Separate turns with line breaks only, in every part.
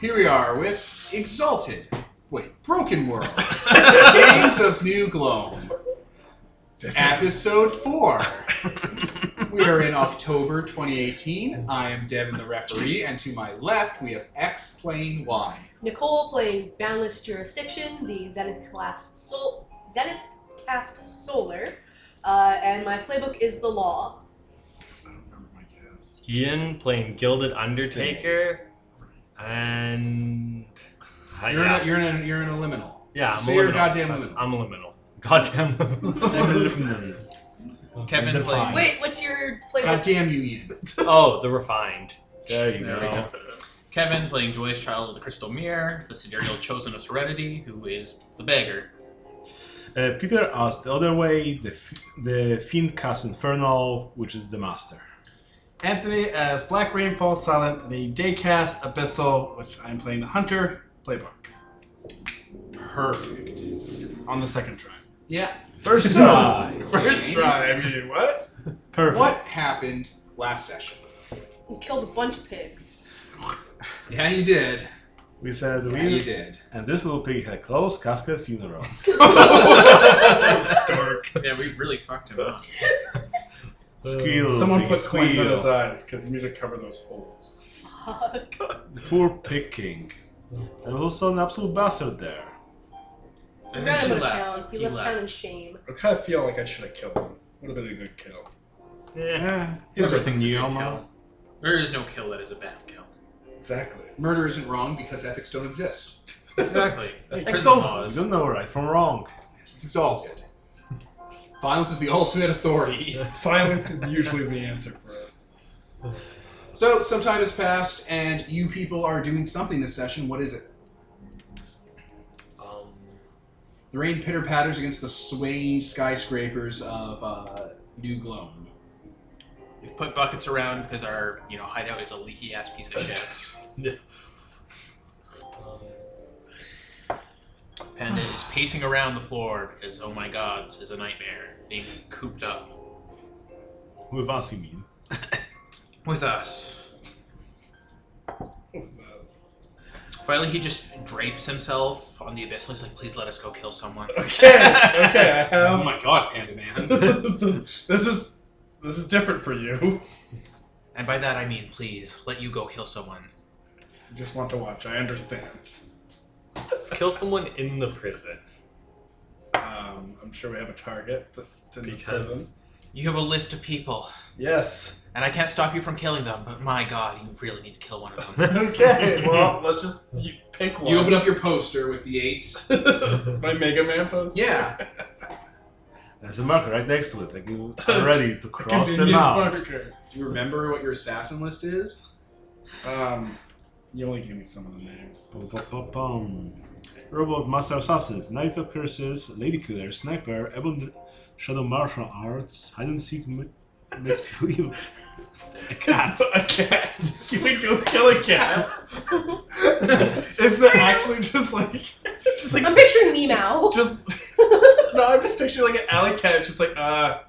Here we are with Exalted. Wait, Broken World. Games of New Gloam.
This is,
Episode 4. We are in October 2018. I am Devin the referee, and to my left we have X playing Y.
Nicole playing Boundless Jurisdiction, the Zenith class Sol- Zenith cast Solar, uh, and my playbook is the Law.
I don't remember my cast.
Ian playing Gilded Undertaker, and I-
You're,
Uh, yeah,
in, a, you're, in, a, you're in a liminal.
yeah, I'm
so
a
you're
liminal.
goddamn
That's-
liminal.
I'm a liminal. Goddamn. liminal.
Kevin
Define.
playing.
Wait, what's your
God
playbook?
damn you, Ian.
oh, the refined.
There you
There
go.
we go.
Kevin playing Joyous Child of the Crystal Mirror, the sidereal chosen of Serenity, who is the beggar.
Uh, Peter asked the other way, the, f- the fiend cast Infernal, which is the master.
Anthony as Black Rain Paul Silent, the Daycast Abyssal, which I'm playing the Hunter playbook
Perfect.
on the second try.
Yeah.
First
So-
try.
First try,
I mean, what? Perfect.
What happened last session?
You killed a bunch of pigs.
Yeah, you did.
We said
Yeah,
we
you did.
and this little pig had closed casket funeral.
Dark. Yeah, we really fucked him up.
Squeal.
Someone
pig,
put coins on
squeal.
his uh, eyes because you need to cover those holes.
Fuck.
Poor pig king. There was also an absolute bastard there.
We
And
ran
she
out of
left.
town. He,
He
left, town
left.
in shame.
I kind of feel like I should have killed him. Would have been a good kill.
Yeah.
Yeah,
Everything's
interesting
a
new
good
Yoma.
kill. There is no kill that is a bad kill.
Exactly.
Murder isn't wrong because ethics don't exist.
Exactly. That's prison
Exalted.
laws.
You don't know right from wrong.
It's exalted. Violence is the ultimate authority.
Violence is usually the answer for us.
So, some time has passed, and you people are doing something this session. What is it?
Um,
The rain pitter patters against the swaying skyscrapers of uh, New Gloam.
We've put buckets around because our, you know, hideout is a leaky ass piece of shit. Panda is pacing around the floor because, oh my god, this is a nightmare. Being cooped up
With us, you mean?
with us.
With us.
Finally, he just drapes himself on the abyss. He's like, please let us go kill someone.
Okay, okay, I
Oh
have.
my god, Panda Man.
this is this is different for you. You
And by that, I mean, please let you go kill someone.
just want to watch. I understand.
let's kill someone in the prison
Um, I'm sure we have a target that's in the prison.
because
You have a list of people,
Yes.
and I can't stop you from killing them, but my god, you really need to kill one of them.
Okay. Well, let's just you pick one.
you open up your poster with the eight.
my Mega Man poster.
Yeah.
There's a marker right next to it. Like you are ready to cross
Convenient
them out.
marker.
Do you remember what your assassin list is?
Um, you only gave me some of the names.
Bum, bum, bum, bum. Robot Master Assassins, Knight of Curses, Lady Killer, Sniper, Ebon Shadow Martial Arts, Hide and Seek ma- Makes Believe. A cat.
A cat. Can we go kill a cat? Is that actually just like, just like,
I'm picturing Nemo.
just? No, I'm just picturing like an alley cat. It's just like, uh,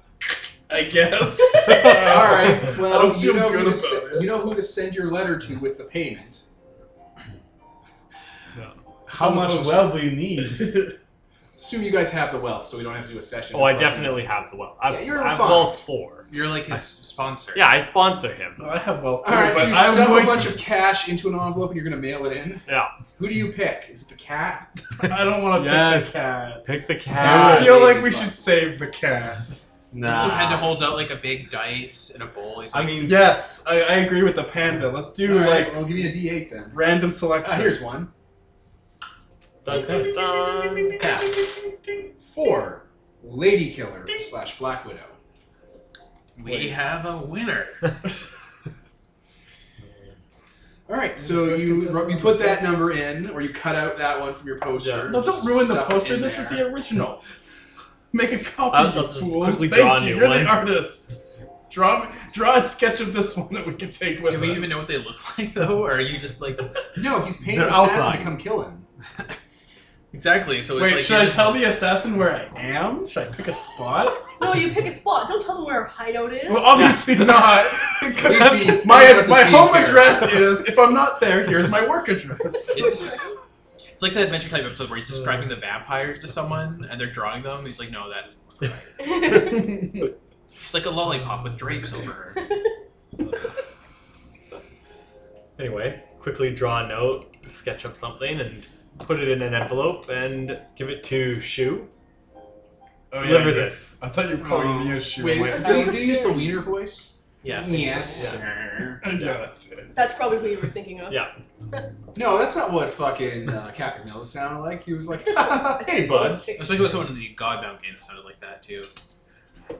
I guess.
All right. Well,
I don't
you
feel
know
good
who to
about
se-
it.
you know who to send your letter to with the payment.
How much wealth do you need?
Assume you guys have the wealth, so we don't have to do a session.
oh, I definitely have the wealth. I've,
Yeah, you're
I've
refined.
both four.
You're like his sponsor.
Yeah, I sponsor him.
No, I have wealth too,
All right, so
but
you
I'm
stuff
going
a bunch
to.
of cash into an envelope and you're gonna mail it in.
Yeah,
Who do you pick? Is it the cat?
I don't want to
Yes.
pick the cat.
pick the
I
Ah,
cat.
feel like we
amazing.
should save the cat.
Little
Nah.
Panda holds out like a big dice and a bowl. He's
I
like,
mean,
Yes, I, I agree with the panda. Let's do
All right,
like
well, give me a D8 then.
random
Ah,
selection.
here's one.
Dun, dun, dun.
Cat. Four. Lady killer slash black widow.
we
wait.
have a winner.
All right, so you you put that number in, or you cut out that one from your poster.
Yeah.
no, don't
Just
ruin the
stuff it
poster.
in
This is
there.
the original. Make a copy,
I'll- I'll
you
just
fools.
quickly
Thank
draw a
you.
new
You're
one.
the artist. Draw, draw a sketch of this one that we can take with
Do we
us.
even know what they look like though, or are you just like
No, he's paying
They're
an assassin to
outlined.
come kill him.
Exactly. So it's
Wait,
like
should I
you're-
tell the assassin where I am? Should I pick a spot?
No, you pick a spot. Don't tell them where our hideout is.
Well, obviously not.
Please
Because
be- please let
my
this
my
be
home
fair.
address is if I'm not there, here's my work address.
It's, it's like the adventure type episode where he's describing the vampires to someone and they're drawing them. And he's like, no, that is she's like a lollipop with drapes over her.
Anyway, quickly draw a note, sketch up something, and put it in an envelope and give it to Shu.
Oh, yeah,
Deliver
yeah.
this.
I thought you were calling me a shoe.
Wait,
wait.
did you use the wiener voice?
Yes.
Yes,
Yeah.
sir.
yeah, that's it.
That's probably who you were thinking of.
Yeah.
No, that's not what fucking uh, Captain Miller sounded like. He was like, "Hey,
That's what I was
buds."
I
thinking.
was thinking about someone in the Goddamn game that sounded like that too.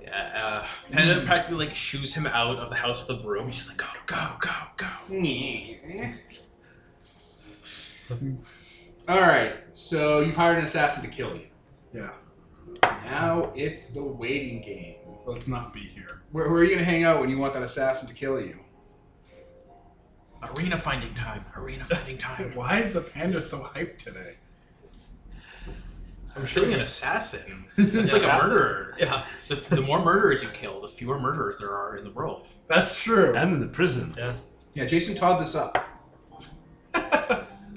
Yeah, uh, Panda practically like shoos him out of the house with a broom. She's like, go, go, go, go.
All right, so you've hired an assassin to kill you.
Yeah.
Now it's the waiting game.
Let's not be here.
Where, where are you gonna hang out when you want that assassin to kill you?
Arena finding time. Arena finding time.
Why is the panda so hyped today?
I'm killing an assassin. It's like a
Assassin.
murderer.
Yeah.
The, the more murderers you kill, the fewer murderers there are in the world.
That's true.
And in the prison.
Yeah, Jason taught this up.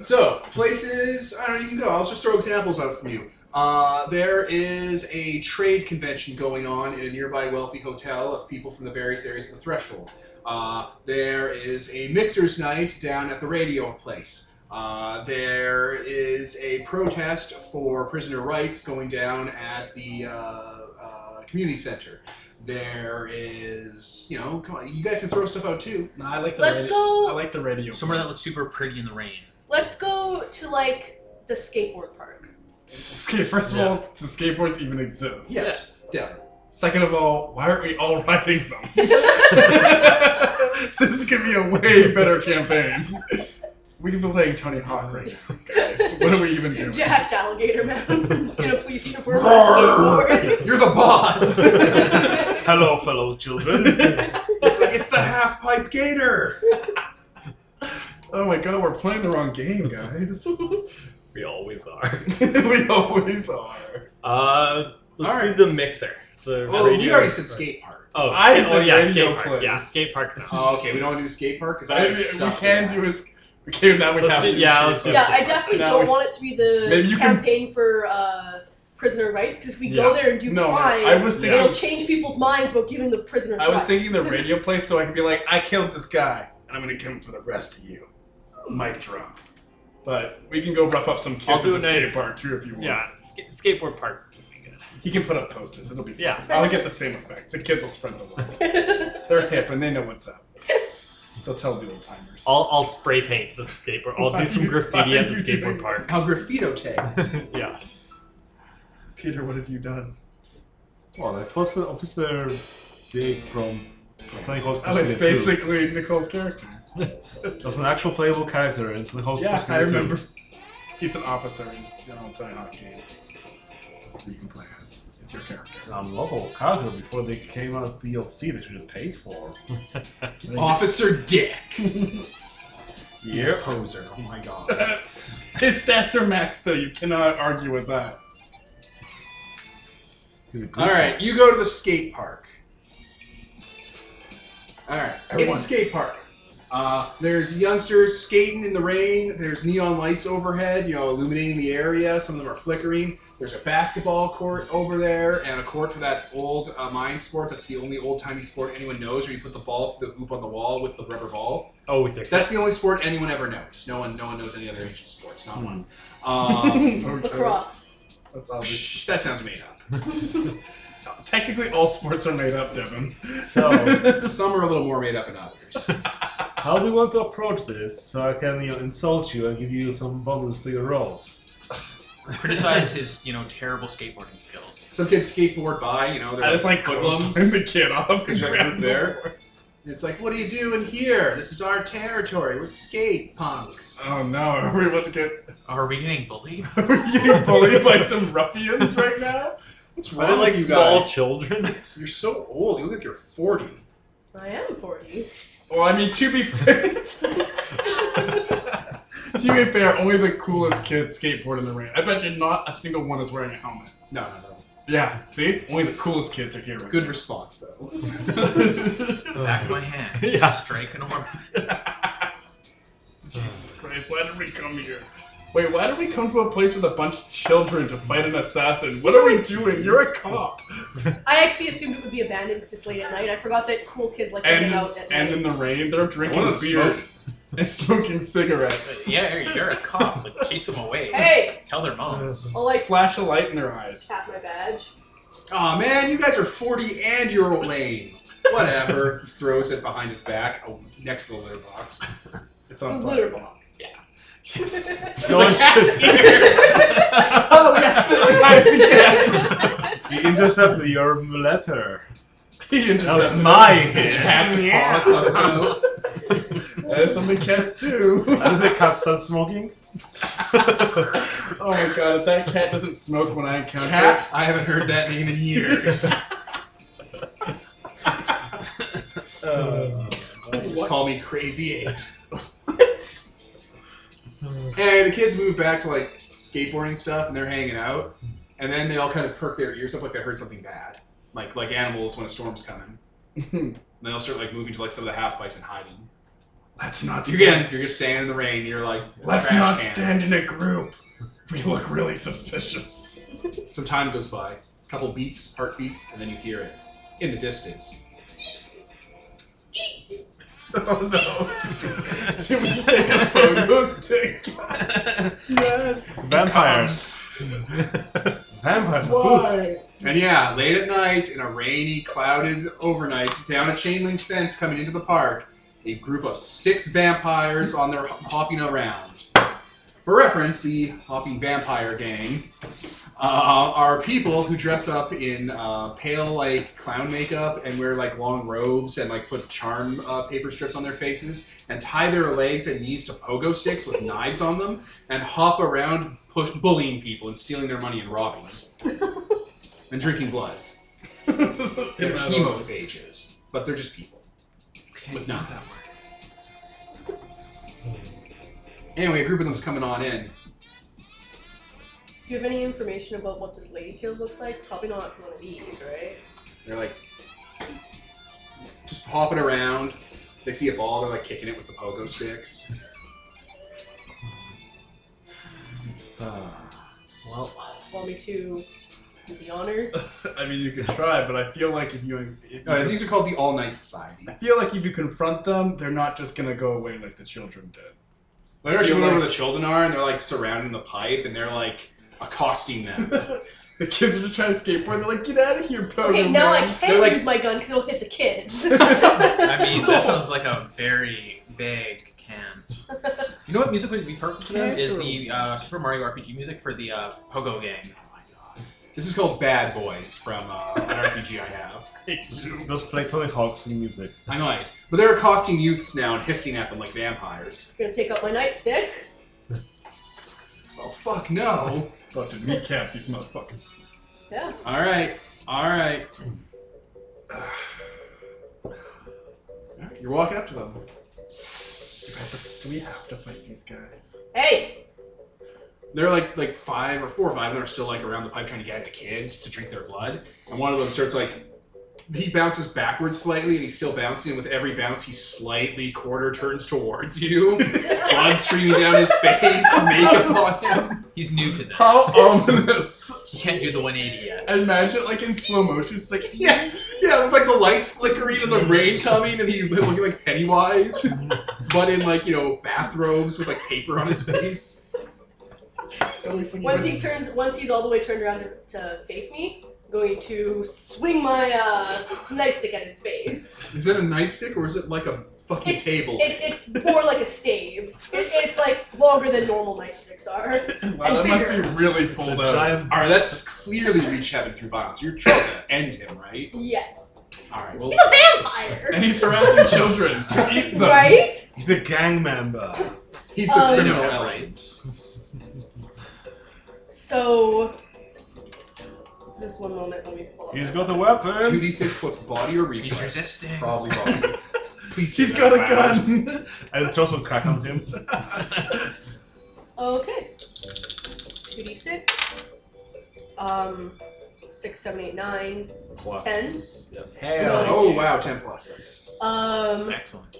so places I don't know you can go. I'll just throw examples out from you. Uh, there is a trade convention going on in a nearby wealthy hotel of people from the various areas of the threshold. Uh, there is a mixer's night down at the radio place. Uh, there is a protest for prisoner rights going down at the uh, uh, community center. There is, you know, come on, you guys can throw stuff out too.
No, I like the
Let's
radio.
go-
I like the radio.
Somewhere that looks super pretty in the rain.
Let's go to like the skateboard park.
Okay, first of
Yeah.
all, do skateboards even exist?
Yes. Yeah.
Second of all, why aren't we all riding them? this could be a way better campaign. We could be playing Tony Hawk right now, guys. What are we even doing?
Jacked alligator man. He's in a police uniform on a skateboard.
You're the boss.
Hello, fellow children.
it's like it's the half pipe gator.
Oh my god, we're playing the wrong game, guys.
We always are.
we always are.
Uh, let's
All
do
right.
the mixer. The
Well, Oh,
radio.
we already said skate park.
Oh,
I
skate, oh
said
yeah,
radio
skate park.
plays.
Yeah, skate park sounds.
Oh, okay, we don't want to do skate park because I
I
have
mean, we
stuff for
can
that.
do is okay. Now we
Let's
have
do-
to.
yeah, let's
skate
do-
yeah, I definitely
Now
don't
we-
want it to be the
Maybe you can-
campaign for uh, prisoner rights because if we go
Yeah.
there and do
No, no,
crime,
I was thinking.
it'll change people's minds about giving the prisoners.
I was
rights.
thinking the radio place, so I could be like, I killed this guy, and I'm gonna kill him for the rest of you. Mic drop. But we can go rough up some
I'll
kids
do
at the
a nice-
skate park too if you want.
Yeah, ska- skateboard park. would be good.
He can put up posters. It'll be fun.
Yeah.
I'll get the same effect. The kids will spread the love. They're hip and they know what's up. They'll tell the old timers.
I'll, I'll spray paint the skateboard. I'll
Why
do
are
some
you-
graffiti
why
at
are
the
you
skateboard
doing this?
park.
How graffito tape.
yeah.
Peter, what have you done?
well, that was the officer Dick from Tony Hawk's Pro
Oh, it's
Skater 2.
basically Nicole's character.
That was an actual playable character in Tony Hawk's Pro
Yeah, I
Skater 2.
remember. He's an officer in the old Tony Hawk game. You can play as. It's your character.
It's an unlockable character um, before they came out as DLC that should have paid for.
Officer Dick. He's a
Yep.
poser. Oh my god.
His stats are maxed, though. You cannot argue with that.
He's a good
All right, you go to the skate park. All right, it's
Everyone.
a skate park. Uh, there's youngsters skating in the rain. There's neon lights overhead, you know, illuminating the area. Some of them are flickering. There's a basketball court over there, and a court for that old uh, mine sport. That's the only old-timey sport anyone knows, where you put the ball through the hoop on the wall with the rubber ball.
Oh, with your
That's the only sport anyone ever knows. No one, no one knows any other ancient sports. Not one. Um,
lacrosse.
That's obvious.
psh, that sounds made up.
Technically, all sports are made up, Devin.
So,
Some are a little more made up than others.
how do you want to approach this so I can you know, insult you and give you some bonus to your rolls?
Criticize his, you know, terrible skateboarding skills.
Some kids skateboard by, you know, they're
I just like
hoodlums.
close the kid off and
Is that
grab
right there? And it's like, what are you doing here? This is our territory. We're skate punks.
Oh no, are we about to get
Are we getting bullied?
are we getting bullied by some ruffians right now?
What's
Are they
wrong
like
with you
small
guys?
children?
You're so old. You look like you're 40.
I am forty.
Well, I mean, to be fair, To be fair, only the coolest kids skateboard in the rain. I bet you not a single one is wearing a helmet.
No, no, no.
Yeah, see? Only the coolest kids are here. Right
Good response though.
Oh.
Back of my hand.
Yeah.
Strike an orb.
Jesus Christ, why did we come here? Wait, why did we come to a place with a bunch of children to fight an assassin? What are we doing? You're a cop.
I actually assumed it would be abandoned because it's late at night. I forgot that cool kids like to hang
And,
out at
and in
night.
the rain, they're drinking
One of them
beers and smoking cigarettes.
yeah, you're- you're a cop. Like, chase them away.
Hey,
Tell their moms.
I'll like
Flash a light in their eyes.
tap my badge.
Aw man, you guys are 40 and you're lame. Whatever. he throws it behind his back, oh, next to the litter box.
It's on fire.
Litter box.
Yeah.
Don't
Cat's here.
Oh, yes, it's my
He intercepted your letter.
cat.
Now it's my hand.
cat's
Paw comes out.
There's something cats do.
How did the cat start smoking?
Oh my god, if that cat doesn't smoke when I encounter
Cat? I haven't heard that name in years.
Uh,
Just call me Crazy Eight. and the kids move back to like skateboarding stuff, and they're hanging out. And then they all kind of perk their ears up like they heard something bad, like like animals when a storm's coming.
it,
And they all start like moving to like some of the half bikes and hiding.
let's not
You're
stand.
again, you're just standing in the rain. You're like, a
Let's
trash
not
can.
stand in a group. We look really suspicious.
Some time goes by, a couple beats, heartbeats, and then you hear it in the distance.
Oh no! Did we get a pogo stick? yes.
Vampires. Vampires are food.
Why?
And yeah, late at night, in a rainy, clouded overnight, down a chain link fence coming into the park, a group of six vampires on their hopping around. For reference, the Hopping Vampire Gang uh, are people who dress up in uh, pale, like, clown makeup and wear, like, long robes and, like, put charm uh, paper strips on their faces and tie their legs and knees to pogo sticks with knives on them and hop around push, bullying people and stealing their money and robbing them and drinking blood. They're hemophages, but they're just people. With
Use
knives.
that word.
Anyway, a group of them's coming on in.
Do you have any information about what this lady killed looks like? Probably not one of these, right?
They're like just hopping around. They see a ball, they're like kicking it with the pogo sticks.
Well,
Want me to do the honors?
I mean, you could try, but I feel like if you, if you
Alright, these are called the All Night Society.
I feel like if you confront them, they're not just gonna go away like the children did.
They're actually
You're
going
like-
where the children are and they're like surrounding the pipe and they're like accosting them.
the kids are just trying to skateboard. They're like, "Get out of here, pogo!"
Okay, now I
man."
They're
can
like-
use my gun because it'll hit the kids.
I mean, that sounds like a very vague can't. You know what music would be perfect for them? Is the uh, Super Mario RPG music for the uh, Pogo Gang.
this is called Bad Boys from uh, an RPG I have.
Let's play Tony Hawk's music.
I might. But they're accosting youths now and hissing at them like vampires.
gonna take out my nightstick.
Well, Oh, fuck no.
About to recap these motherfuckers.
Yeah.
Alright, alright. Alright, You're walking up to them.
Do we have to fight these guys?
Hey,
They're like like five or four or five, of them are still like around the pipe trying to get at the kids to drink their blood. And one of them starts like he bounces backwards slightly, and he's still bouncing. And with every bounce, he slightly quarter turns towards you, blood streaming down his face, makeup on him.
He's new to this.
How ominous!
He can't do the 180 yet.
Imagine like in slow motion. It's like,
Yeah, yeah, with like the lights flickering and the rain coming, and he looking like Pennywise, but in like you know bathrobes with like paper on his face.
at least like
once he turns, once he's all the way turned around to, to face me, I'm going to swing my uh, nightstick at his face.
Is that a nightstick or is it like a fucking
It's-
table?
It, it's more like a stave. It, it's like longer than normal nightsticks are.
wow, that must be really
It's a
full out.
giant.
Alright, that's clearly reach heaven through violence. You're trying to end him, right?
Yes.
Alright, well,
He's a vampire,
And he's harassing children to eat them.
right?
He's a gang member.
he's the
Um,
criminal elements.
So, just one moment. Let me pull up.
He's
my
got a
map.
weapon.
2d6 plus body or
He's
reflex.
resisting.
Probably body. Please say
He's
that
got a
out
gun.
And throw some crack on him.
Okay. 2d6. Um, 6, 7, 8, 9,
Plus.
10.
Yep.
Hell.
Oh wow, ten plus. That's
Um,
Excellent.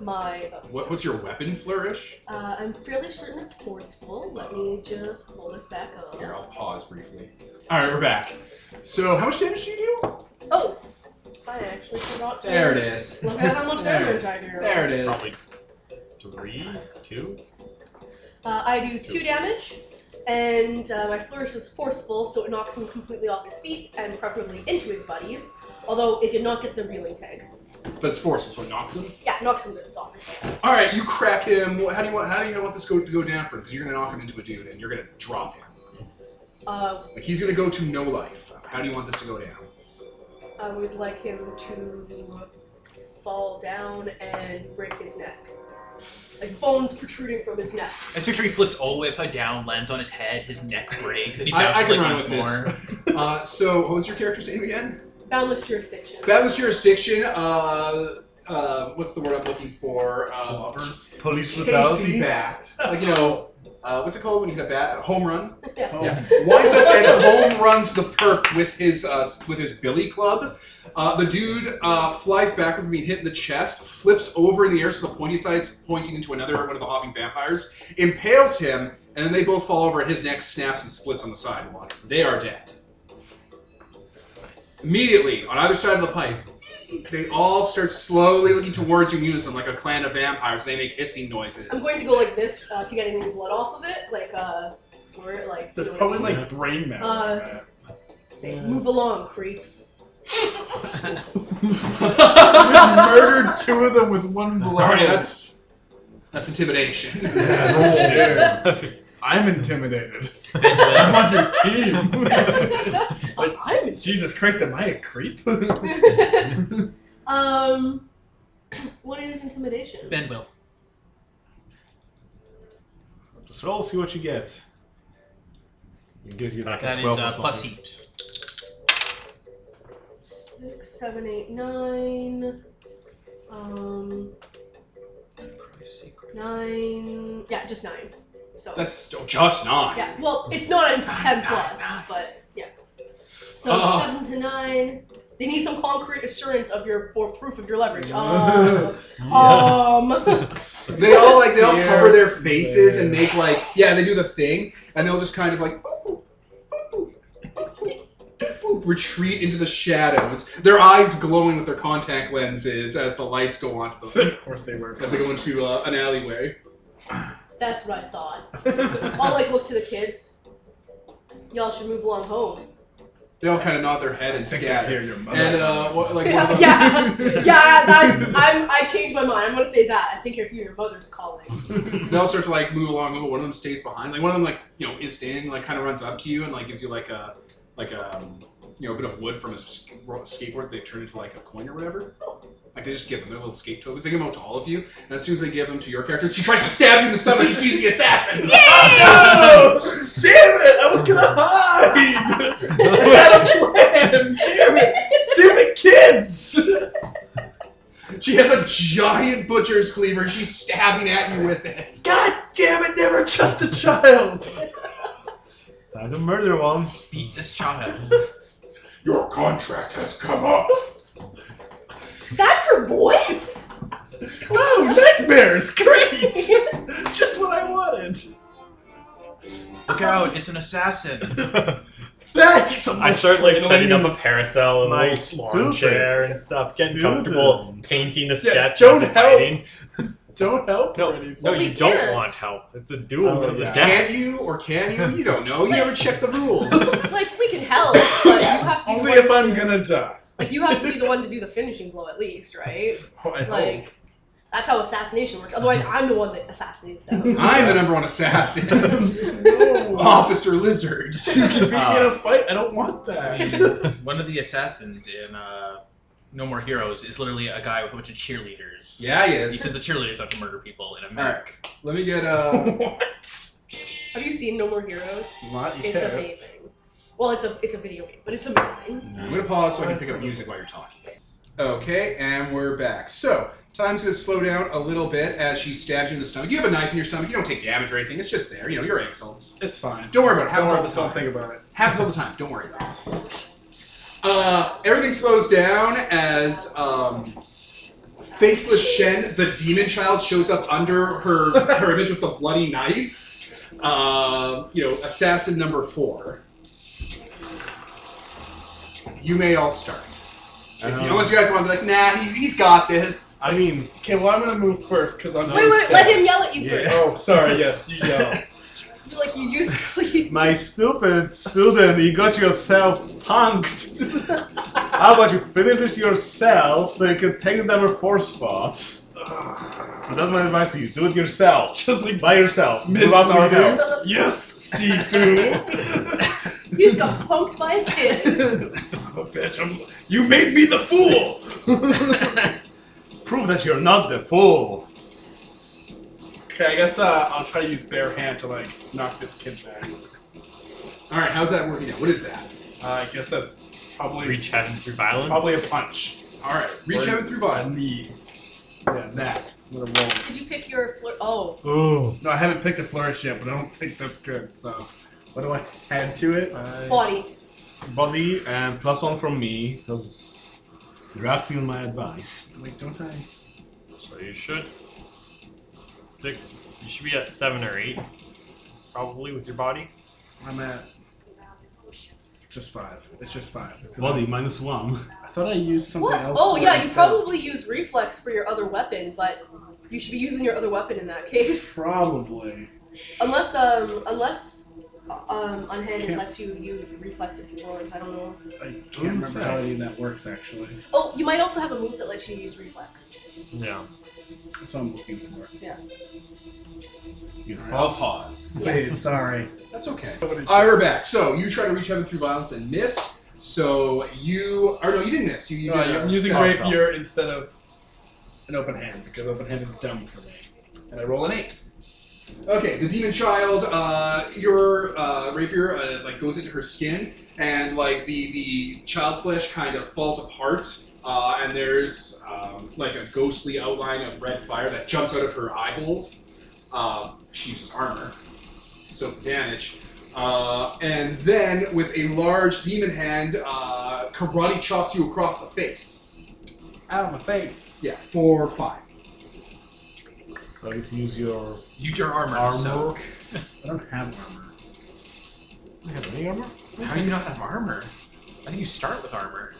my. oh,
what, what's your weapon flourish?
Uh, I'm fairly certain it's forceful. Let me just pull this back up.
Here, I'll pause briefly. All right, we're back. So, how much damage do you do?
Oh, I actually forgot to.
There it is.
Look at how much
There it is.
damage I do.
There it is.
Probably three, two.
Uh, I do two damage, and uh, my flourish is forceful, so it knocks him completely off his feet and preferably into his buddies. Although it did not get the reeling tag.
But it's forceful, so it knocks him.
Yeah, knocks him off his feet.
All right, you crack him. Wha- How do you want? How do you want this go to go down for him? Because you're gonna knock him into a dude, and you're gonna drop him.
Uh,
Like he's gonna go to no life. How do you want this to go down?
I would like him to fall down and break his neck. Like bones protruding from his neck.
I just picture he flips all the way upside down, lands on his head, his neck breaks, and he
I- I can
bounces like
run
once
with this.
more.
Uh, so, what was your character's name again?
Boundless jurisdiction.
Boundless jurisdiction. Uh, uh, what's the word I'm looking for? Uh,
Police
Casey
brutality.
bat. Like you know, uh, what's it called when you hit a bat? A home run.
Oh.
Yeah. Winds up and home runs the perk with his uh, with his billy club. Uh, the dude uh, flies backward from being hit in the chest, flips over in the air so the pointy side's pointing into another one of the hopping vampires, impales him, and then they both fall over and his neck snaps and splits on the sidewalk. They are dead. Immediately, on either side of the pipe, they all start slowly looking towards you in unison like a clan of vampires. They make hissing noises.
I'm going to go like this uh, to get any blood off of it, like uh, for like.
There's
you know,
probably like brain matter.
Uh,
in that.
say, move along, creeps.
murdered two of them with one blow.
Alright, that's that's intimidation.
Yeah, roll, I'm intimidated. I'm on your team. Like-
I'm.
Jesus Christ, am I a creep?
um, what is intimidation?
Ben will.
Just roll, see what you get. In case you get like
That is
12 or
uh, plus
something.
heat.
Six, seven, eight, nine. Um, nine. Yeah, just nine. So.
That's still just nine.
yeah. Well, it's not a ten plus, but yeah. So
Uh.
seven to nine. They need some concrete assurance of your or proof of your leverage. Um, um.
They all like they all
Yeah.
cover their faces and make like yeah they do the thing and they'll just kind of like boop, boop, boop, boop, boop, boop, boop, retreat into the shadows. Their eyes glowing with their contact lenses as the lights go onto them
of course they were.
as they go into uh, an alleyway.
That's what I thought. I'll like look to the kids. Y'all should move along home.
They all kind of nod their head and
think I
scatter.
hear your mother.
And uh, what, like one
Yeah,
of the-
yeah, yeah. That's I'm. I changed my mind. I'm gonna say that. I think your your mother's calling.
they all start to like move along, but one of them stays behind. Like one of them, like you know, is standing, like kind of runs up to you and like gives you like a like a um, you know a bit of wood from his sk- ro- skateboard. They've turned into like a coin or whatever. Like they just give them their little skate tokens. They give them out to all of you, and as soon as they give them to your character, she tries to stab you in the stomach. and She's the assassin.
no! Damn it! I was gonna hide! I had a plan! Damn it! Stupid kids!
She has a giant butcher's cleaver. and She's stabbing at you with it.
God damn it, never trust a child!
Time to murder one.
Beat this child.
Your contract has come up.
That's her voice.
Oh, nightmares! Great! Just what I wanted!
Look out! It's an assassin.
Thanks!
I start like setting up a parasol and
My
a little lawn
students.
chair and stuff, getting comfortable,
Students.
painting a sketch.
don't
as I'm
help.
hiding.
Don't help
No,
or anything.
no,
But
you
we
don't
can't.
want help. It's a duel
Oh,
to the
yeah.
death.
Can you or can you? You don't know. You never check the rules.
It's like we can help, but you have to. Be the
Only
one
if
to-
I'm gonna die.
Like you have to be the one to do the finishing blow, at least, right?
Oh, I hope.
Like that's how assassination works. Otherwise, I'm the one that assassinated them.
I'm the number one assassin,
no.
Officer Lizard.
Oh, You can beat me in a fight. I don't want
I
that.
mean, one of the assassins in uh, No More Heroes is literally a guy with a bunch of cheerleaders.
Yeah, he
He
is.
says the cheerleaders have to murder people in America.
Alright, let me get uh,
Have you seen No More Heroes?
lot-
It's
Yeah.
amazing. Well, it's a it's a video game, but it's amazing.
I'm gonna pause so I can pick up music while you're talking. Okay, and we're back. So Time's gonna slow down a little bit as she stabs you in the stomach. You have a knife in your stomach. You don't take damage or anything. It's just there. You know, your insults.
It's fine.
Don't worry about it. Happens
Don't-
all the time.
Don't think about it.
Happens all the time. Don't worry about it. Uh, everything slows down as um, faceless Shen, the demon child, shows up under her her image with the bloody knife. Um, you know, assassin number four. You may all start. If you, unless you guys want to be like, nah, he's, he's got this.
I mean,
Okay, well, I'm gonna move first because I'm.
Wait, wait, let him yell at you
Yeah.
first.
Oh, sorry. Yes, you yell.
You're like you used to.
my stupid student, you got yourself punked. How about you finish yourself so you can take the number four spot? So that's my advice to you. Do it yourself.
Just like
By yourself. Without our help.
yes, see through.
you just got punked by a kid.
Son of a bitch! I'm, you made me the fool.
Prove that you're not the fool.
okay, I guess uh, I'll try to use bare hand to like knock this kid back.
All right, how's that working out? What is that?
Uh, I guess that's probably
Reach out through violence.
probably a punch.
All right, reach
Or
out through
A
violence.
knee. Yeah, that. I'm gonna roll.
Did you pick your flirt? Oh,
Ooh.
No, I haven't picked a flourish yet, but I don't think that's good. So, what do I add to it?
body.
Body and plus one from me, because you're acting my advice.
Wait, don't I?
So you should six. You should be at seven or eight, probably with your body.
I'm at just five. It's just five.
Body minus one.
I thought I used something
What?
else.
Oh
for
yeah, you
instead.
probably use reflex for your other weapon, but you should be using your other weapon in that case,
Probably.
unless um unless um unhanded
Can't-
lets you use reflex if you want. I don't know.
I can't
Don't
remember
say.
how any of that works actually.
Oh, you might also have a move that lets you use reflex.
Yeah.
That's what I'm looking for.
You
I'll pause.
Yeah.
Wait, sorry.
That's okay.
Nobody-
All right, we're back. So you try to reach heaven through violence and miss. So you, or no, you didn't miss. You, you
Uh,
did
I'm
a
using
soft roll.
rapier instead of an open hand because open hand is dumb for me. And I roll an eight.
Okay, the demon child, uh, your uh, rapier uh, like goes into her skin, and like the the child flesh kind of falls apart, uh, and there's um, like a ghostly outline of red fire that jumps out of her eye holes. Uh, she uses armor to soak the damage, uh, and then with a large demon hand, uh, karate chops you across the face.
Out of my face.
Yeah, four five.
So you can use your
Use your armor.
armor.
So.
I don't have armor.
I have any armor?
How do you not have armor? I think you start with armor.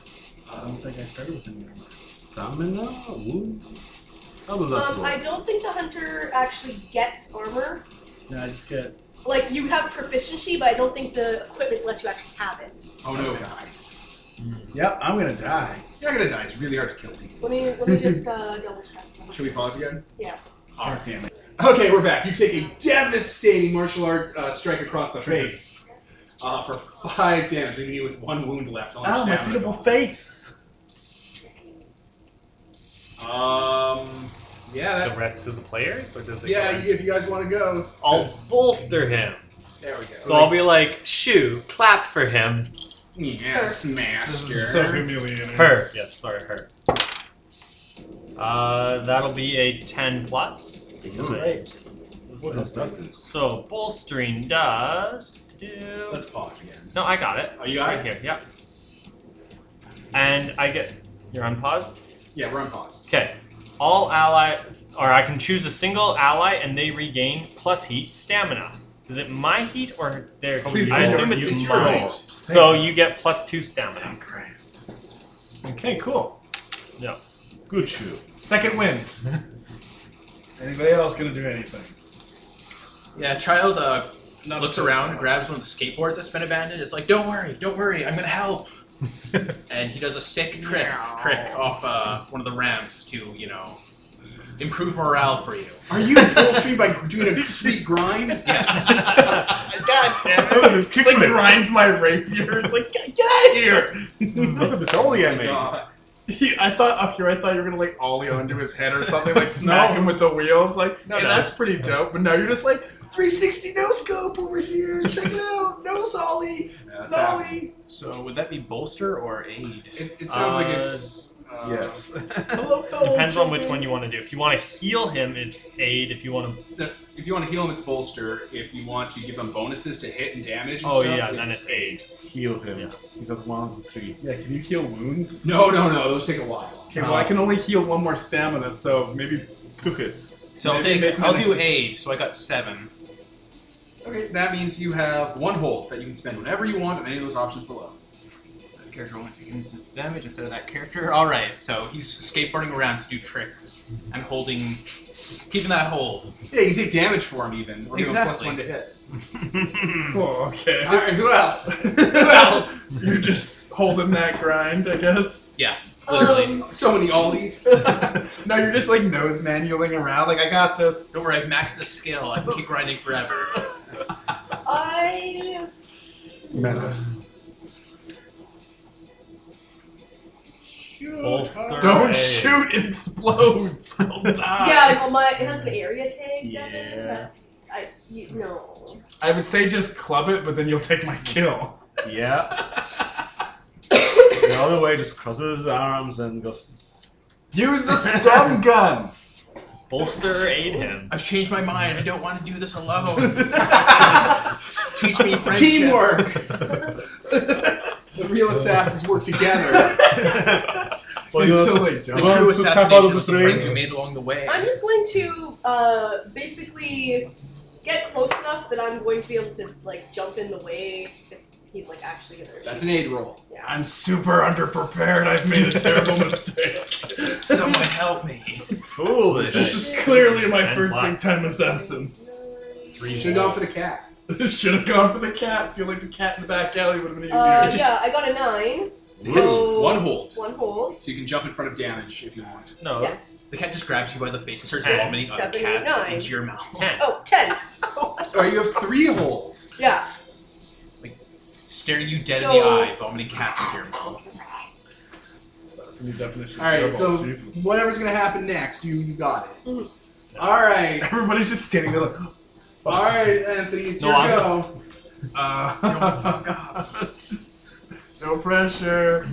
I don't think I started with any armor.
Stamina? Wounds? How does that
Um, I
work?
don't think the hunter actually gets armor.
No, I just get.
Like you have proficiency, but I don't think the equipment lets you actually have it.
Oh no, guys!
Yep, I'm gonna die.
You're not gonna die. It's really hard to kill people.
Let me let me just uh, double check.
Should we pause again?
Yeah.
God damn it.
Okay, we're back. You take a devastating martial art uh, strike across the face uh, for five damage, leaving you with one wound left. I'll
Ow, Oh, my
understand
beautiful
that.
face.
Um, yeah,
The
that,
rest of the players, or does it?
yeah.
go-
If you guys want to go,
I'll bolster him.
there we go.
So I'll be like, shoo, clap for him.
yes,
This
master.
is so humiliating.
Her. Yes, sorry, her. Uh, that'll be a ten plus. Because I-
Great.
What does that do?
So bolstering does do.
Let's pause again.
No, I got it.
Oh, you
It's
got
right here. Yep. And I get. You're unpaused.
Yeah, we're unpaused.
Okay. All allies, or I can choose a single ally, and they regain plus heat stamina. Is it my heat or their heat?
Please
I
roll.
assume it's,
It's your
mine.
roll.
So you get plus two stamina.
Thank Christ.
Okay, cool. Yeah.
Good shoe.
Second wind. Anybody else gonna do anything?
Yeah, child uh,
Not
looks
the first
around,
time.
grabs one of the skateboards that's been abandoned. It's like, don't worry, don't worry, I'm gonna help. and he does a sick trick trick off uh, one of the ramps to you know improve morale for you.
Are you in full stream by doing a sweet grind?
Yes.
God damn
Look at this kick
It's like
flip.
grinds my rapier. It's like get, get out of here.
Look at this ollie I made.
Oh God.
He, I thought up here, I thought you were gonna like ollie onto his head or something, like smack him with the wheels. Like,
No,
hey,
no.
that's pretty dope. But no, you're just like 360 no scope over here. Check it out, nose ollie,
Yeah, that's
nollie.
so would that be bolster or aid?
it, it sounds like
Uh,
it's. Uh, Uh,
yes.
Hello, fellow
Depends on which
children.
one you want to do. If you want to heal him, it's aid. If you want to,
the- If you want to heal him, it's bolster. If you want to give him bonuses to hit and damage, and
oh
stuff,
yeah, then it's aid.
Heal him.
Yeah.
He's at one to three.
Yeah, can you heal wounds?
No, no, no. Those take a while. Uh,
Okay, well, I can only heal one more stamina, so maybe two hits.
So I'll
Maybe
take.
make my
I'll
next
do
attack.
aid. So I got seven.
Okay, that means you have one hole that you can spend whenever you want on any of those options below.
That character only begins with damage instead of that character. All right. So he's skateboarding around to do tricks and holding, just keeping that hold.
Yeah, you can take damage for him even, or give him plus
Exactly.
one to hit.
Cool, okay.
All right, who else? who else?
You're just holding that grind, I guess.
Yeah, literally.
Um,
So many ollies.
no, you're just like nose manualing around, like, I got this.
Don't worry, I've maxed the skill. I can keep grinding forever.
I
Meta.
Bolster.
Don't
aid.
shoot, it explodes. I'll die.
yeah. Well, my it has an area tag. Devin.
Yeah.
That's I you, no.
I would say just club it, but then you'll take my kill.
Yeah. the other way just crosses his arms and goes.
Use the stun gun!
Bolster aid him.
I've changed my mind. I don't want to do this alone. Teach me friendship.
Teamwork. the real assassins work together.
Well,
Until
you-
they
The
don't.
One,
true
two, tap out of
assassination
the
is the friends
three.
you made along the way.
I'm just going to uh, basically get close enough that I'm going to be able to like jump in the way if he's like actually gonna.
That's
shoot.
an aid roll.
Yeah.
I'm super underprepared. I've made a terrible mistake.
Someone help me.
Foolish.
This is clearly my
And
first big
lots.
time assassin.
Three.
Uh,
You should have gone for the cat.
Should have gone for the cat. feel like the cat in the back alley would have been easier.
Uh, yeah, I got a nine. So
One hold.
One hold.
So you can jump in front of damage if you want.
No.
Uh-huh.
Yes.
The cat just grabs you by the face and starts
Six,
vomiting other
seven, eight,
cats
nine.
into your mouth.
Ten.
Oh, ten.
Or you have three hold.
Yeah.
Staring you dead in the
So-
eye, vomiting cats into your mouth.
That's a new definition.
All right,
Terrible.
so
Jesus.
whatever's gonna happen next, you you got it.
Mhm.
All right,
Everybody's just standing there like,
all right, Anthony, it's
No,
your
I'm-
go.
uh,
Don't fuck up.
no pressure.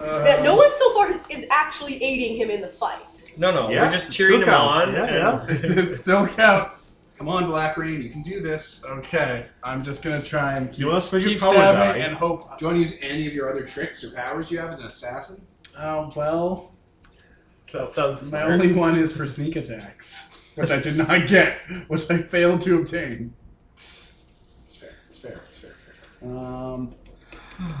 Uh,
Yeah, no one so far is, is actually aiding him in the fight.
No, no.
Yeah,
We're just
it
cheering him
still counts.
on.
Yeah,
and-
it still counts.
Come on, Black Rain, you can do this.
Okay, I'm just gonna try and keep,
You want to spend your
keep
power
stabbing
die?
and hope.
Do you want to use any of your other tricks or powers you have as an assassin?
Oh, well,
That sounds
my
smart.
only one is for sneak attacks, which I did not get, which I failed to obtain.
It's fair. It's fair. It's fair. fair, fair.
Um,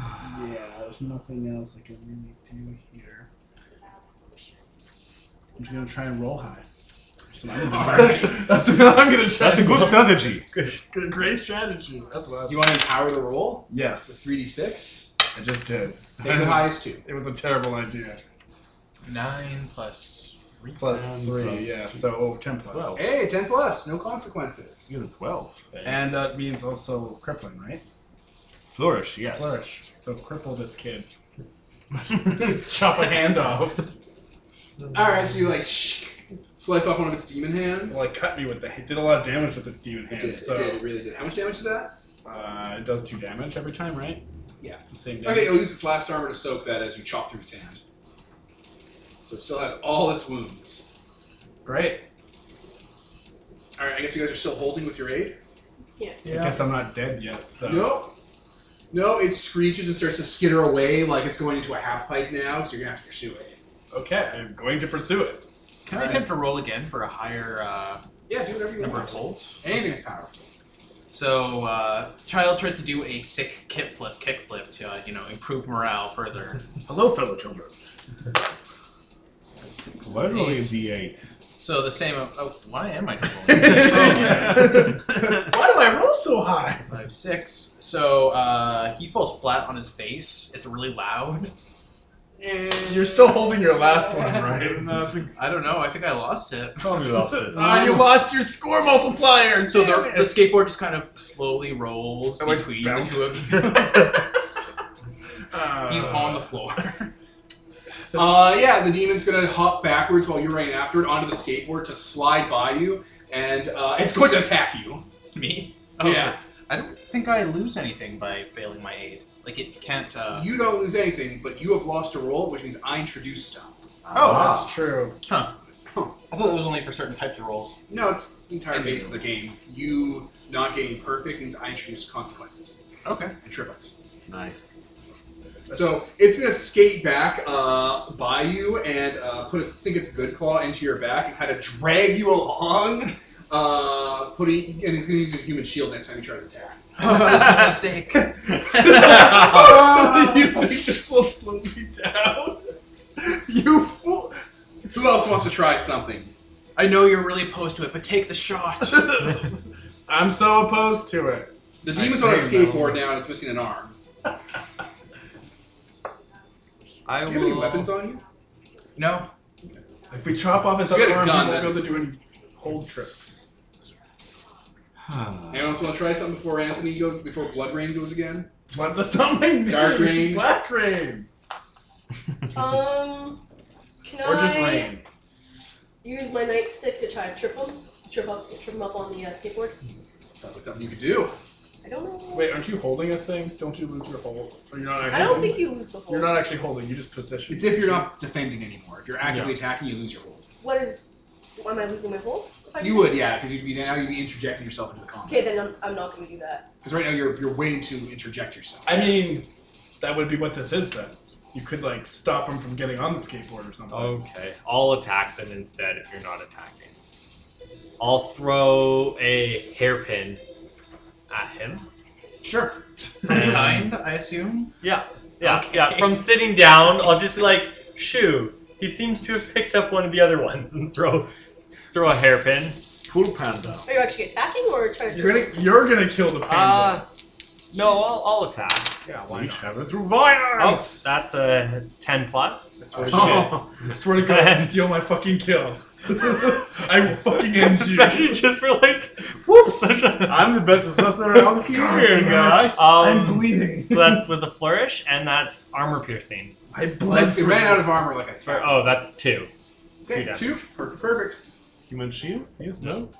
yeah, there's nothing else I can really do here. I'm just gonna try and roll high. That's what I'm gonna,
Alright.
That's what I'm gonna try.
That's a
and
good
roll.
strategy.
Good- Great strategy. That's what.
Do you want to empower the roll? The
yes,
three d six.
I just did.
Take the highest two.
It was a terrible idea. Um,
Nine plus three.
Plus
And
three,
plus
yeah. So oh, ten plus.
Twelve.
Hey, ten plus, no consequences.
You're the twelve.
And that means also crippling, right?
Flourish. Yes.
Flourish. So cripple this kid. Chop a hand off.
All right, so you like shh, slice off one of its demon hands.
Well, it cut me with the. It did a lot of damage with its demon
it
hand.
did.
so
It did. It really did. How much damage is that?
Uh, it does two damage every time, right?
Yeah.
It's the same damage.
Okay, it'll use its last armor to soak that as you chop through its hand. So it still has all its wounds.
Great.
All right, I guess you guys are still holding with your aid.
I guess I'm not dead yet, so.
No, no, it screeches and starts to skitter away like it's going into a half pipe now. So you're gonna have to pursue it.
Okay, I'm going to pursue it.
Can I attempt to roll again for a higher uh,
Yeah, do whatever you
number of
want.
holes?
Anything's powerful.
So, uh, child tries to do a sick kick flip, kick flip to uh, you know improve morale further.
Hello, fellow children.
Six,
Literally
eight.
D8.
So the same. Oh, why am I
Why
doubling?
do I roll so high?
Five, six. So uh, he falls flat on his face. It's really loud.
Mm, You're still holding your last one, right?
No, I think
I don't know. I think I lost it.
probably lost it.
Ah, you lost your score multiplier.
So
damn
the,
it.
the skateboard just kind of slowly rolls
I, like,
between the
bounce.
two of you.
Uh,
He's on the floor.
Uh, yeah, the demon's gonna hop backwards while you're running after it onto the skateboard to slide by you, and uh, it's going to attack you.
Me? Oh,
Yeah.
I don't think I lose anything by failing my aid. Like it can't. Uh,
You don't lose anything, but you have lost a roll, which means I introduce stuff. Um,
Oh,
that's true.
I thought it was only for certain types of rolls.
No, it's the entire base of the game. You not getting perfect means I introduce consequences
Okay.
and trip ups.
Nice.
So it's gonna skate back uh, by you and uh, put a, sink its good claw into your back and kind of drag you along. Uh, putting and he's gonna use his human shield next time he tries to attack.
That's a mistake.
you think this will slow me down? You fool!
Who else wants to try something?
I know you're really opposed to it, but take the shot.
I'm so opposed to it.
The
I
demon's on a
see him now.
skateboard now and it's missing an arm.
I
Do
will.
you have any weapons on you?
no.
If we chop off his
You
other
got a
arm,
gun,
he won't be
then.
able to do any hold tricks.
Anyone else want to try something before Anthony goes? Before Blood Rain goes again?
Blood, that's not my name.
Dark Rain.
Black rain.
Um, can
Or just
I
rain.
use my nightstick to try to trip him? Trip up, trip him up on the uh, skateboard?
Sounds like something you could do.
I don't know.
Wait, aren't you holding a thing? Don't you lose your hold? Or you're not actually
I don't
holding?
think you lose the whole.
You're not actually holding, you just position.
It's if you're not defending anymore. If you're actively attacking, you lose your hold.
What is? Why am I losing my whole? if I
You
do
would,
this?
yeah, because you'd be now you'd be interjecting yourself into the
Okay,
combat.
then I'm, I'm not gonna do that.
Because right now you're you're waiting to interject yourself.
I mean, that would be what this is then. You could like stop him from getting on the skateboard or something.
Oh.
Okay, I'll attack then instead if you're not attacking. I'll throw a hairpin at him.
Sure.
From behind, I assume.
Yeah, yeah,
Okay.
yeah. From sitting down, I'll just be like, "Shoo!" He seems to have picked up one of the other ones and throw, throw a hairpin.
Pool panda.
Are you actually attacking or trying to?
You're gonna you're gonna kill the panda.
Ah.
Uh, no, I'll, I'll attack.
yeah,
We
why
each
not?
have it through
Oh,
violence.
that's a ten plus.
That's what
Oh, I swear to God, if you steal my fucking kill. I will fucking end you.
Especially just for like, whoops. such a-
I'm the best assassin around
God
here,
damn it.
guys.
I'm
Um,
bleeding.
so that's with a flourish, and that's armor piercing.
I bled
Like, it
for
ran out
this.
of armor like I
For-
thought.
Oh, that's two.
Okay,
damage.
two. Perfect. Perfect.
Human shield? Yes, no.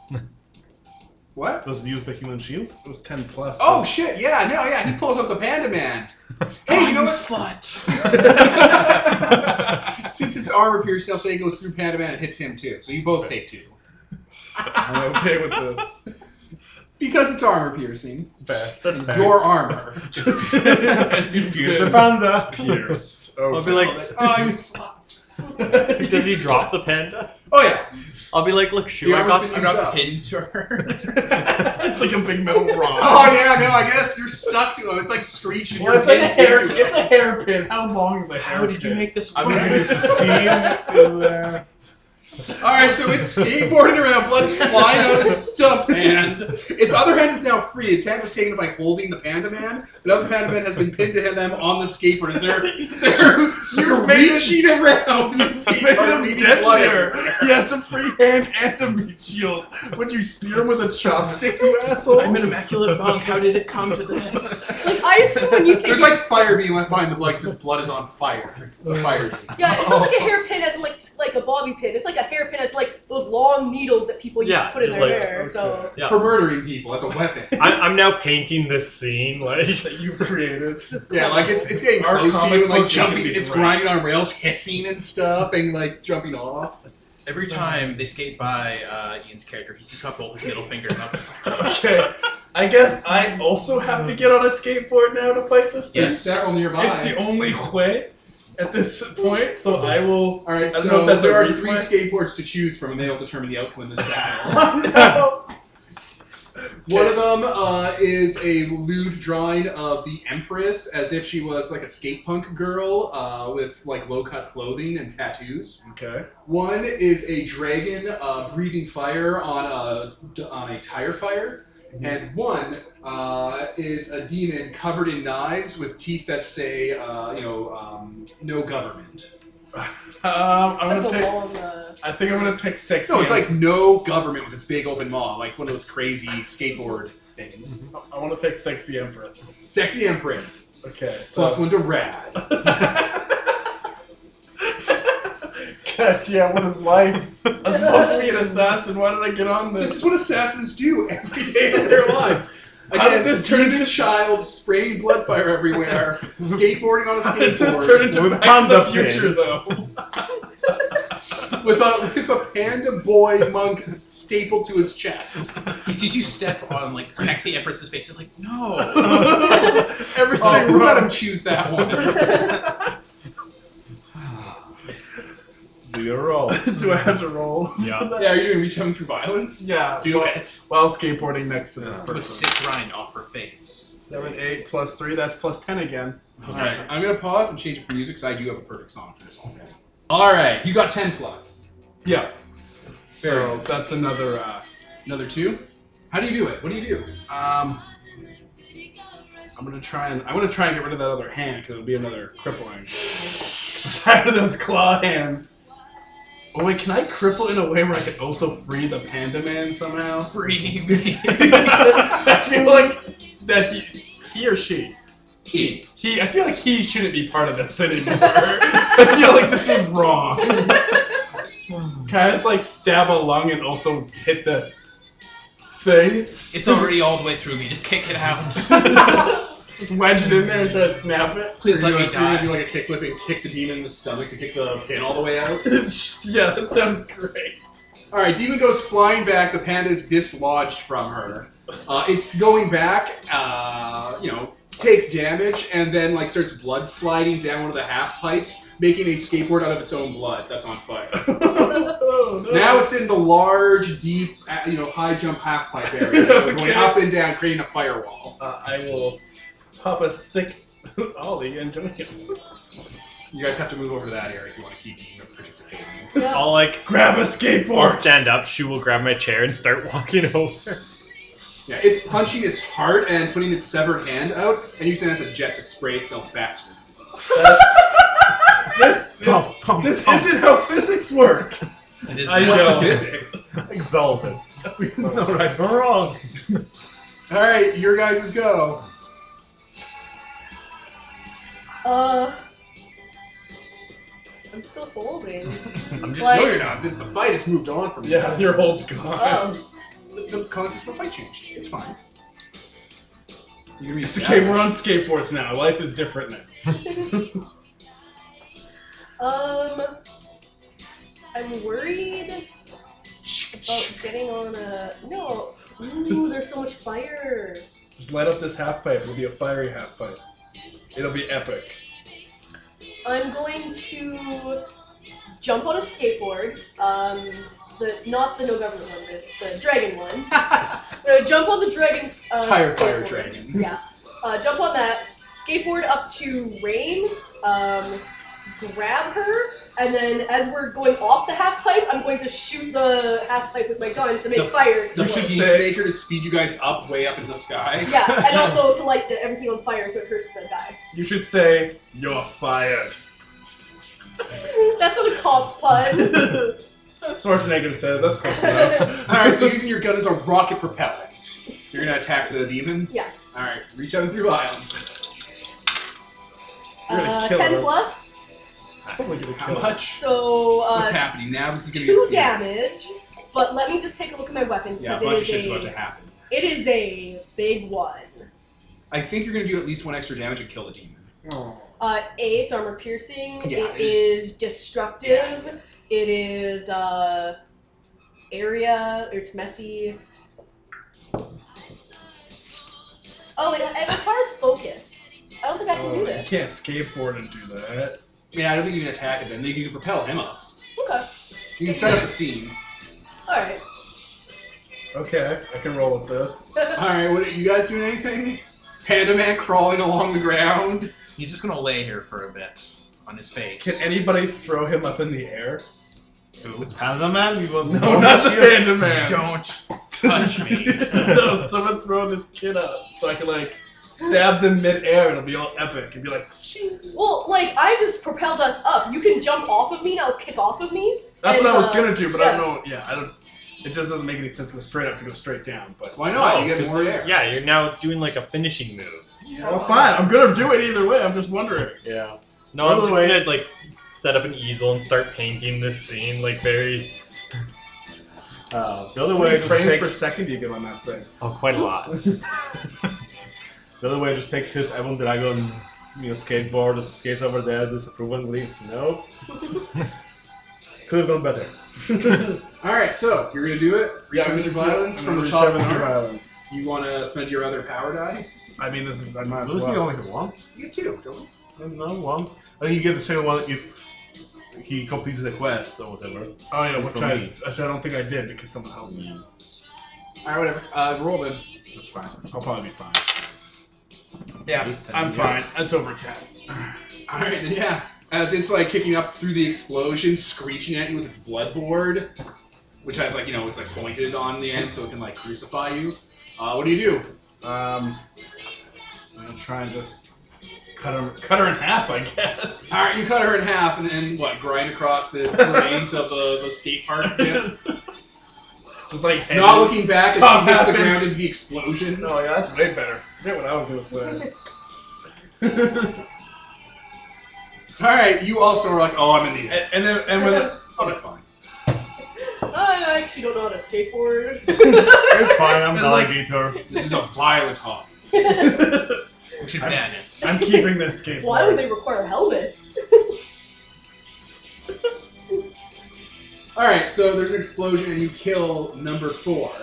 What?
Does it use the human shield?
It was ten plus.
Oh shit! Yeah, no, yeah. He pulls up the Panda Man.
Oh,
Hey, you know what?
slut.
Since it's armor piercing, I'll say it goes through Panda Man and hits him too. So you both take two
I'm okay with this.
because it's armor piercing.
It's bad.
That's fair.
Your armor.
You've
Here's the
been
panda.
pierced. Okay.
I'll be like, oh, you Does he drop the panda?
Oh yeah.
I'll be like, look,
The
shoo, I
armor's been
got
I'm not pinned to her.
it's like a big metal rod.
Oh yeah. No, I guess you're stuck to him. It's like screeching.
Well,
your
it's like a
head
hair.
into
It's a hairpin. How long is a hairpin?
How did you make this work?
I mean,
Can you see him? there?
All right, so it's skateboarding around, blood's flying out of its stump hand. Its other hand is now free. Its hand was taken by holding the Panda Man. Another Panda Man has been pinned to them on the skateboard. as They're, they're
made it-
screeching around the skateboard,
made him
leaving blood
deadlier.
everywhere.
He has a free hand and a meat shield. Would you spear him with a chopstick, you asshole?
I'm an immaculate monk. How did it come to this?
Like I assume when you say
There's like fire being left behind the blood because its blood is on fire. It's a fire demon.
yeah, it's not like a hairpin as in like like a bobby pin. It's like a hairpin as like those long needles that people used
Yeah,
to put in
just
their
like-
hair. So
Yeah.
For murdering people as a weapon.
I'm, I'm now painting this scene like
that you've created.
just
Yeah, like it's it's getting
Our
close to
comic
you and like
book is gonna
jumping.
be
It's
great.
grinding on rails, hissing and stuff, and like jumping off.
Every time they skate by uh, Ian's character, he's just got both his middle fingers up. Just like,
Okay. I guess I also have to get on a skateboard now to fight this thing.
Yes.
Several nearby.
It's the only way at this point, so I will.
All right,
I don't
so
know if that's
there
a
are
reflex.
three skateboards to choose from, and they'll determine the outcome in this battle.
Oh,
One of them uh, is a lewd drawing of the Empress, as if she was like a skate punk girl uh, with like low cut clothing and tattoos.
no. Okay.
One is a dragon uh, breathing fire on a on a tire fire,
Mm-hmm.
and one uh, is a demon covered in knives with teeth that say, uh, you know, um, no government.
Um,
that's
I'm gonna
a
pick.
long. Uh,
I think I'm gonna pick sexy.
No, it's like no government with its big open maw, like one of those crazy skateboard things.
Mm-hmm. I want to pick sexy empress.
Sexy Empress.
Okay. So.
Plus one to Rad.
God damn, what is life? I'm supposed to be an assassin. Why did I get on
This
this?
is what assassins do every day of their lives.
How
Again,
did
this
this turn
demon
into-
child spraying blood fire everywhere, skateboarding on a
How did this
skateboard
turn into
With
Back to the
panda
Future,
fin.
though?
with a with a panda boy monk stapled to his chest.
He sees you step on like sexy Empress's face. He's like, no.
Everything.
Oh,
we
bro.
let him choose that one.
Do your roll.
Do I have to roll?
Yeah.
yeah, you're doing reach him through violence.
Yeah.
Do
while,
it.
While skateboarding next to this
Yeah.
With
person.
six rind off her face.
Seven, eight, plus three, that's plus ten again.
All right, I'm gonna pause and change it for music because I do have a perfect song for this already. All right, you got ten plus
Yeah.
Very
So that's another, uh,
another two. How do you do it? What do you do?
um, I'm gonna try and, I'm gonna try and get rid of that other hand, cause it'll be another crippling. I'm tired of those claw hands. Oh wait, can I cripple in a way where I can also free the panda man somehow?
Free me.
I feel like that he, he or she.
He.
He, I feel like he shouldn't be part of this anymore. I feel like this is wrong. Can I just like stab a lung and also hit the thing?
It's already all the way through me. Just kick it out.
Just wedge it in there and try to snap it?
Please
let me die.
Do like a kickflip and kick the demon in the stomach to kick the pin all the way out.
yeah, that sounds great.
All right, demon goes flying back. The panda is dislodged from her. Uh, it's going back. Uh, you know, takes damage and then like starts blood sliding down one of the half pipes, making a skateboard out of its own blood that's on fire.
Oh, no.
Now it's in the large, deep, uh, you know, high jump half pipe area, going
Okay.
up and down, creating a firewall.
uh, I will pop a sick ollie and join you.
You guys have to move over to that area if you want to keep you know, participating.
Yeah.
I'll like
Grab a
I'll
skateboard.
stand up. She will grab my chair and start walking over.
Yeah, it's punching its heart and putting its severed hand out, and using it as a jet to spray itself faster.
This,
Oh,
this,
Pump, pump,
this
pump.
isn't how physics work.
It is
I
now.
know.
What's physics?
exalted. We know right from wrong.
All right, your guys' go.
Uh, I'm still holding.
I'm just
Like-
no, you're not. The, the fight has moved on from you.
Yeah,
guys.
your whole god.
Oh,
The, the context of the fight changed. It's fine. You're gonna be
It's okay,
stabbed.
we're on skateboards now. Life is different now.
um, I'm worried about getting on a no. Ooh, there's so much fire.
Just light up this half pipe. It'll be a fiery half pipe. It'll be epic.
I'm going to jump on a skateboard. Um, the not the no government one, the, the dragon one. I'm gonna jump on the dragon's uh,
Tire fire
skateboard.
dragon.
Yeah. Uh, jump on that skateboard up to Rain. Um, grab her, and then as we're going off the half pipe, I'm going to shoot the half pipe with my gun to make
The-
fire.
The
explode.
should
peace
say-
maker to speed you guys up way up into the sky.
yeah, and also to light the, everything on fire so it hurts the guy.
You should say, You're fired.
That's not a cop pun.
Schwarzenegger said, That's close enough.
All right, so using your gun as a rocket propellant, you're gonna attack the demon.
Yeah.
All right, reach out and through violence.
You're gonna
Uh,
kill
ten
her.
plus.
Probably gonna
How
kill
much?
So
What's
uh,
happening now? This is gonna
two
get serious.
damage. But let me just take a look at my weapon
Yeah, a
because
bunch of
it is
shit's
a
about to happen.
it is a big one.
I think you're gonna do at least one extra damage and kill the demon.
Uh, a it's armor piercing.
Yeah,
it
it is-
is destructive. It is uh, area. It's messy. Oh, it, it requires focus. I don't think I can
Oh,
do
you
this.
can't skateboard and do that.
Yeah, I don't think you can attack it. Then you can propel him up.
Okay.
You can set up the scene.
All right.
Okay, I can roll with this.
All right, what are you guys doing? Anything? Panda man crawling along the ground.
He's just gonna lay here for a bit on his face.
Can anybody throw him up in the air?
Panda man, you will
No, not the Panda Man.
Don't touch me.
no, someone throw this kid up so I can like stab them mid-air and it'll be all epic. It'll be like,
Well, like I just propelled us up. You can jump off of me and I'll kick off of me.
That's
And,
what I was
uh,
gonna do, but I
yeah.
don't know. Yeah, I don't. It just doesn't make any sense to go straight up to go straight down. But
Oh,
Why not?
No,
you get
'cause
more
the-
air.
Yeah, you're now doing like a finishing move.
well, fine. I'm gonna do it either way. I'm just wondering.
Yeah.
No,
By
I'm
the
just
way-
gonna like set up an easel and start painting this scene like very
Uh, the other
How many
way just
frames per
takes
second do you get on that thing?
Oh, quite a lot.
the other way just takes his Evan Dragon, you know, skateboard, just skates over there disapprovingly. Nope. Could have gone better.
All right, so you're gonna do it. Reach
I'm
under
gonna do-
violence
I'm
from the
gonna reach
top.
over to
corner.
violence.
You want to spend your other power die?
I mean, this is I might as
Doesn't he
well.
only have one?
You too. Don't we?
No, one. I think you get the second one if he completes the quest or whatever.
Oh yeah, which
From
I,
me.
which I don't think I did because someone helped me.
All right, whatever. Uh, roll then.
That's fine. I'll probably be fine.
Yeah.
I'm fine. That's over ten.
All right, then yeah. As it's like kicking up through the explosion, screeching at you with its blood board, which has like you know it's like pointed on the end so it can like crucify you. Uh, what do you do?
Um, I'm gonna try and just cut her, cut her in half, I guess.
All right, you cut her in half and then what? Grind across the remains of the, the skate park. dip?
Just like head-
Not looking back as
Top
she hits the
happened.
ground into the explosion.
No, yeah, that's way better. Forget what I was gonna say.
All right, you also are like, oh, I'm in the air.
and, and then and when the,
Oh, fine.
I actually don't know how to skateboard.
It's fine, I'm
It's
not
like-
a beater.
This is a violent hobby.
We should ban it.
I'm keeping this skateboard.
Why would they require helmets?
All right, so there's an explosion and you kill number four.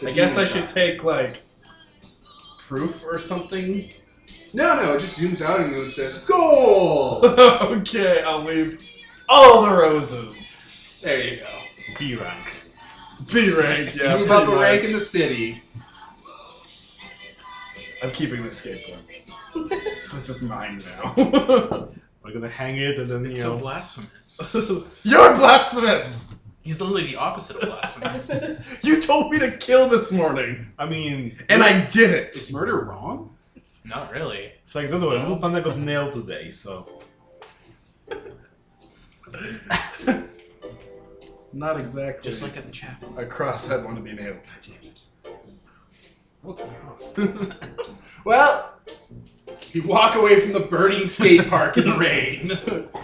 The
I guess I
demon
should
shot.
take like proof or something.
No, no, it just zooms out and it says goal.
okay, I'll leave all the roses.
there you go.
B rank.
B rank, yeah.
you move up
pretty
a rank
much.
in the city.
I'm keeping this skateboard. this is mine now.
We're gonna hang it and then,
It's
you
so
know.
blasphemous.
You're blasphemous.
He's literally the opposite of blasphemous.
You told me to kill this morning,
I mean,
and I did it.
Is murder wrong?
Not really.
it's like, don't worry, Little Panda got nailed today, so.
Not exactly.
Just like at the chapel.
a cross head want to be nailed.
What's wrong? well, you walk away from the burning skate park in the rain.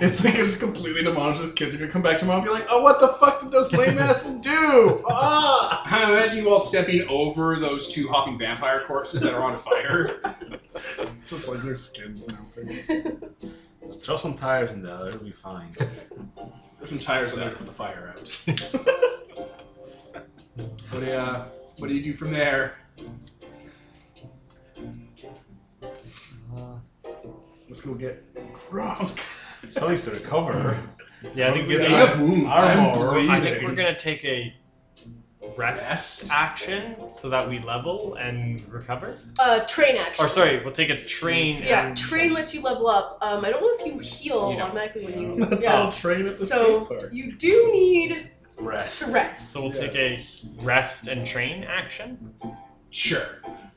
It's like I just completely demolished this kids. You're gonna come back tomorrow and be like, oh, what the fuck did those lame asses do? Ah!
I imagine you all stepping over those two hopping vampire corpses that are on fire.
Just like their skins melting.
Just throw some tires in there, it'll be fine.
There's some tires on there to put the fire out. what, do you, uh, what do you do from there?
Let's go get drunk.
So needs to recover.
Yeah, I think
Yeah.
You
it's
have wounds.
Armor.
bleeding.
I think we're gonna take a rest,
Rest?
action so that we level and recover.
Uh, train action.
Or sorry, we'll take a train.
Yeah,
and-
train lets you level up. Um, I don't know if you heal
You don't.
automatically when you.
Let's
yeah.
all train at the skate
So
park.
you do need to
Rest.
rest.
So we'll take a rest and train action.
Sure.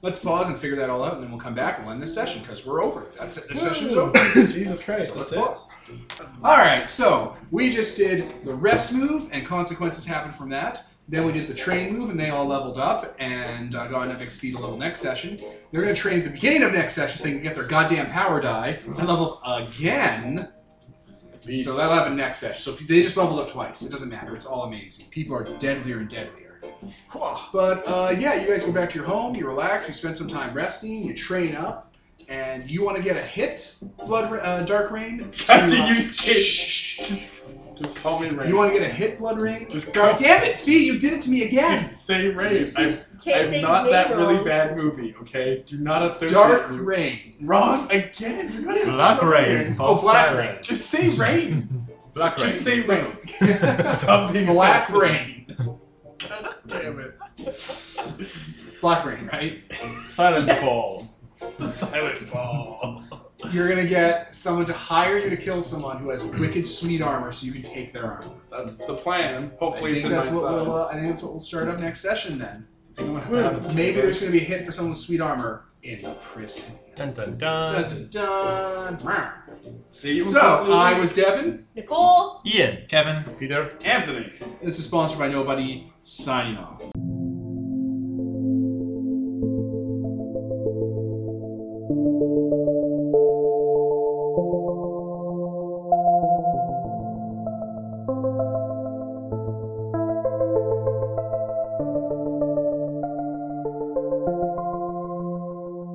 Let's pause and figure that all out, and then we'll come back and we'll end this session because we're over. That's it. This session's over.
Jesus Christ,
So let's
that's it.
pause. All right. So we just did the rest move, and consequences happened from that. Then we did the train move, and they all leveled up and uh, got enough XP to level next session. They're going to train at the beginning of next session so they can get their goddamn power die and level up again. So that'll happen next session. So they just leveled up twice. It doesn't matter. It's all amazing. People are deadlier and deadlier. But uh, yeah, you guys go back to your home, you relax, you spend some time resting, you train up, and you want to get a hit, Blood Ra- uh, Dark Rain.
Got
to,
to
uh,
use
shh,
kid.
shh, shh.
Just call me Ray.
You want to get a hit, Blood Rain?
Just
God
go.
damn it! See, you did it to me again.
Just say Ray.
Just
I'm,
can't say
I'm
his
not
name
that really
wrong.
bad movie, okay? Do not associate
Dark
me-
Rain.
Wrong again. You're not even
Black
trying.
rain. false
Oh, black
siren.
rain.
Just say rain.
Black rain.
Just say rain. Stop being
Black
offensive.
Rain.
God damn it.
Black Rain, right?
Silent fall.
Silent ball.
You're gonna get someone to hire you to kill someone who has wicked sweet armor, so you can take their armor.
That's the plan.
I
Hopefully
think
it's in
that's
my
what
size.
we'll. Uh, I think that's what we'll start up next session then.
I think I'm gonna have to have a
Maybe
takeover.
there's gonna be a hit for someone with sweet armor in the prison.
Dun dun dun.
Dun, dun, dun.
See you. in
So,
Brooklyn.
I was Devin.
Nicole.
Ian.
Kevin.
Peter?
Anthony.
This is sponsored by Nobody, signing off.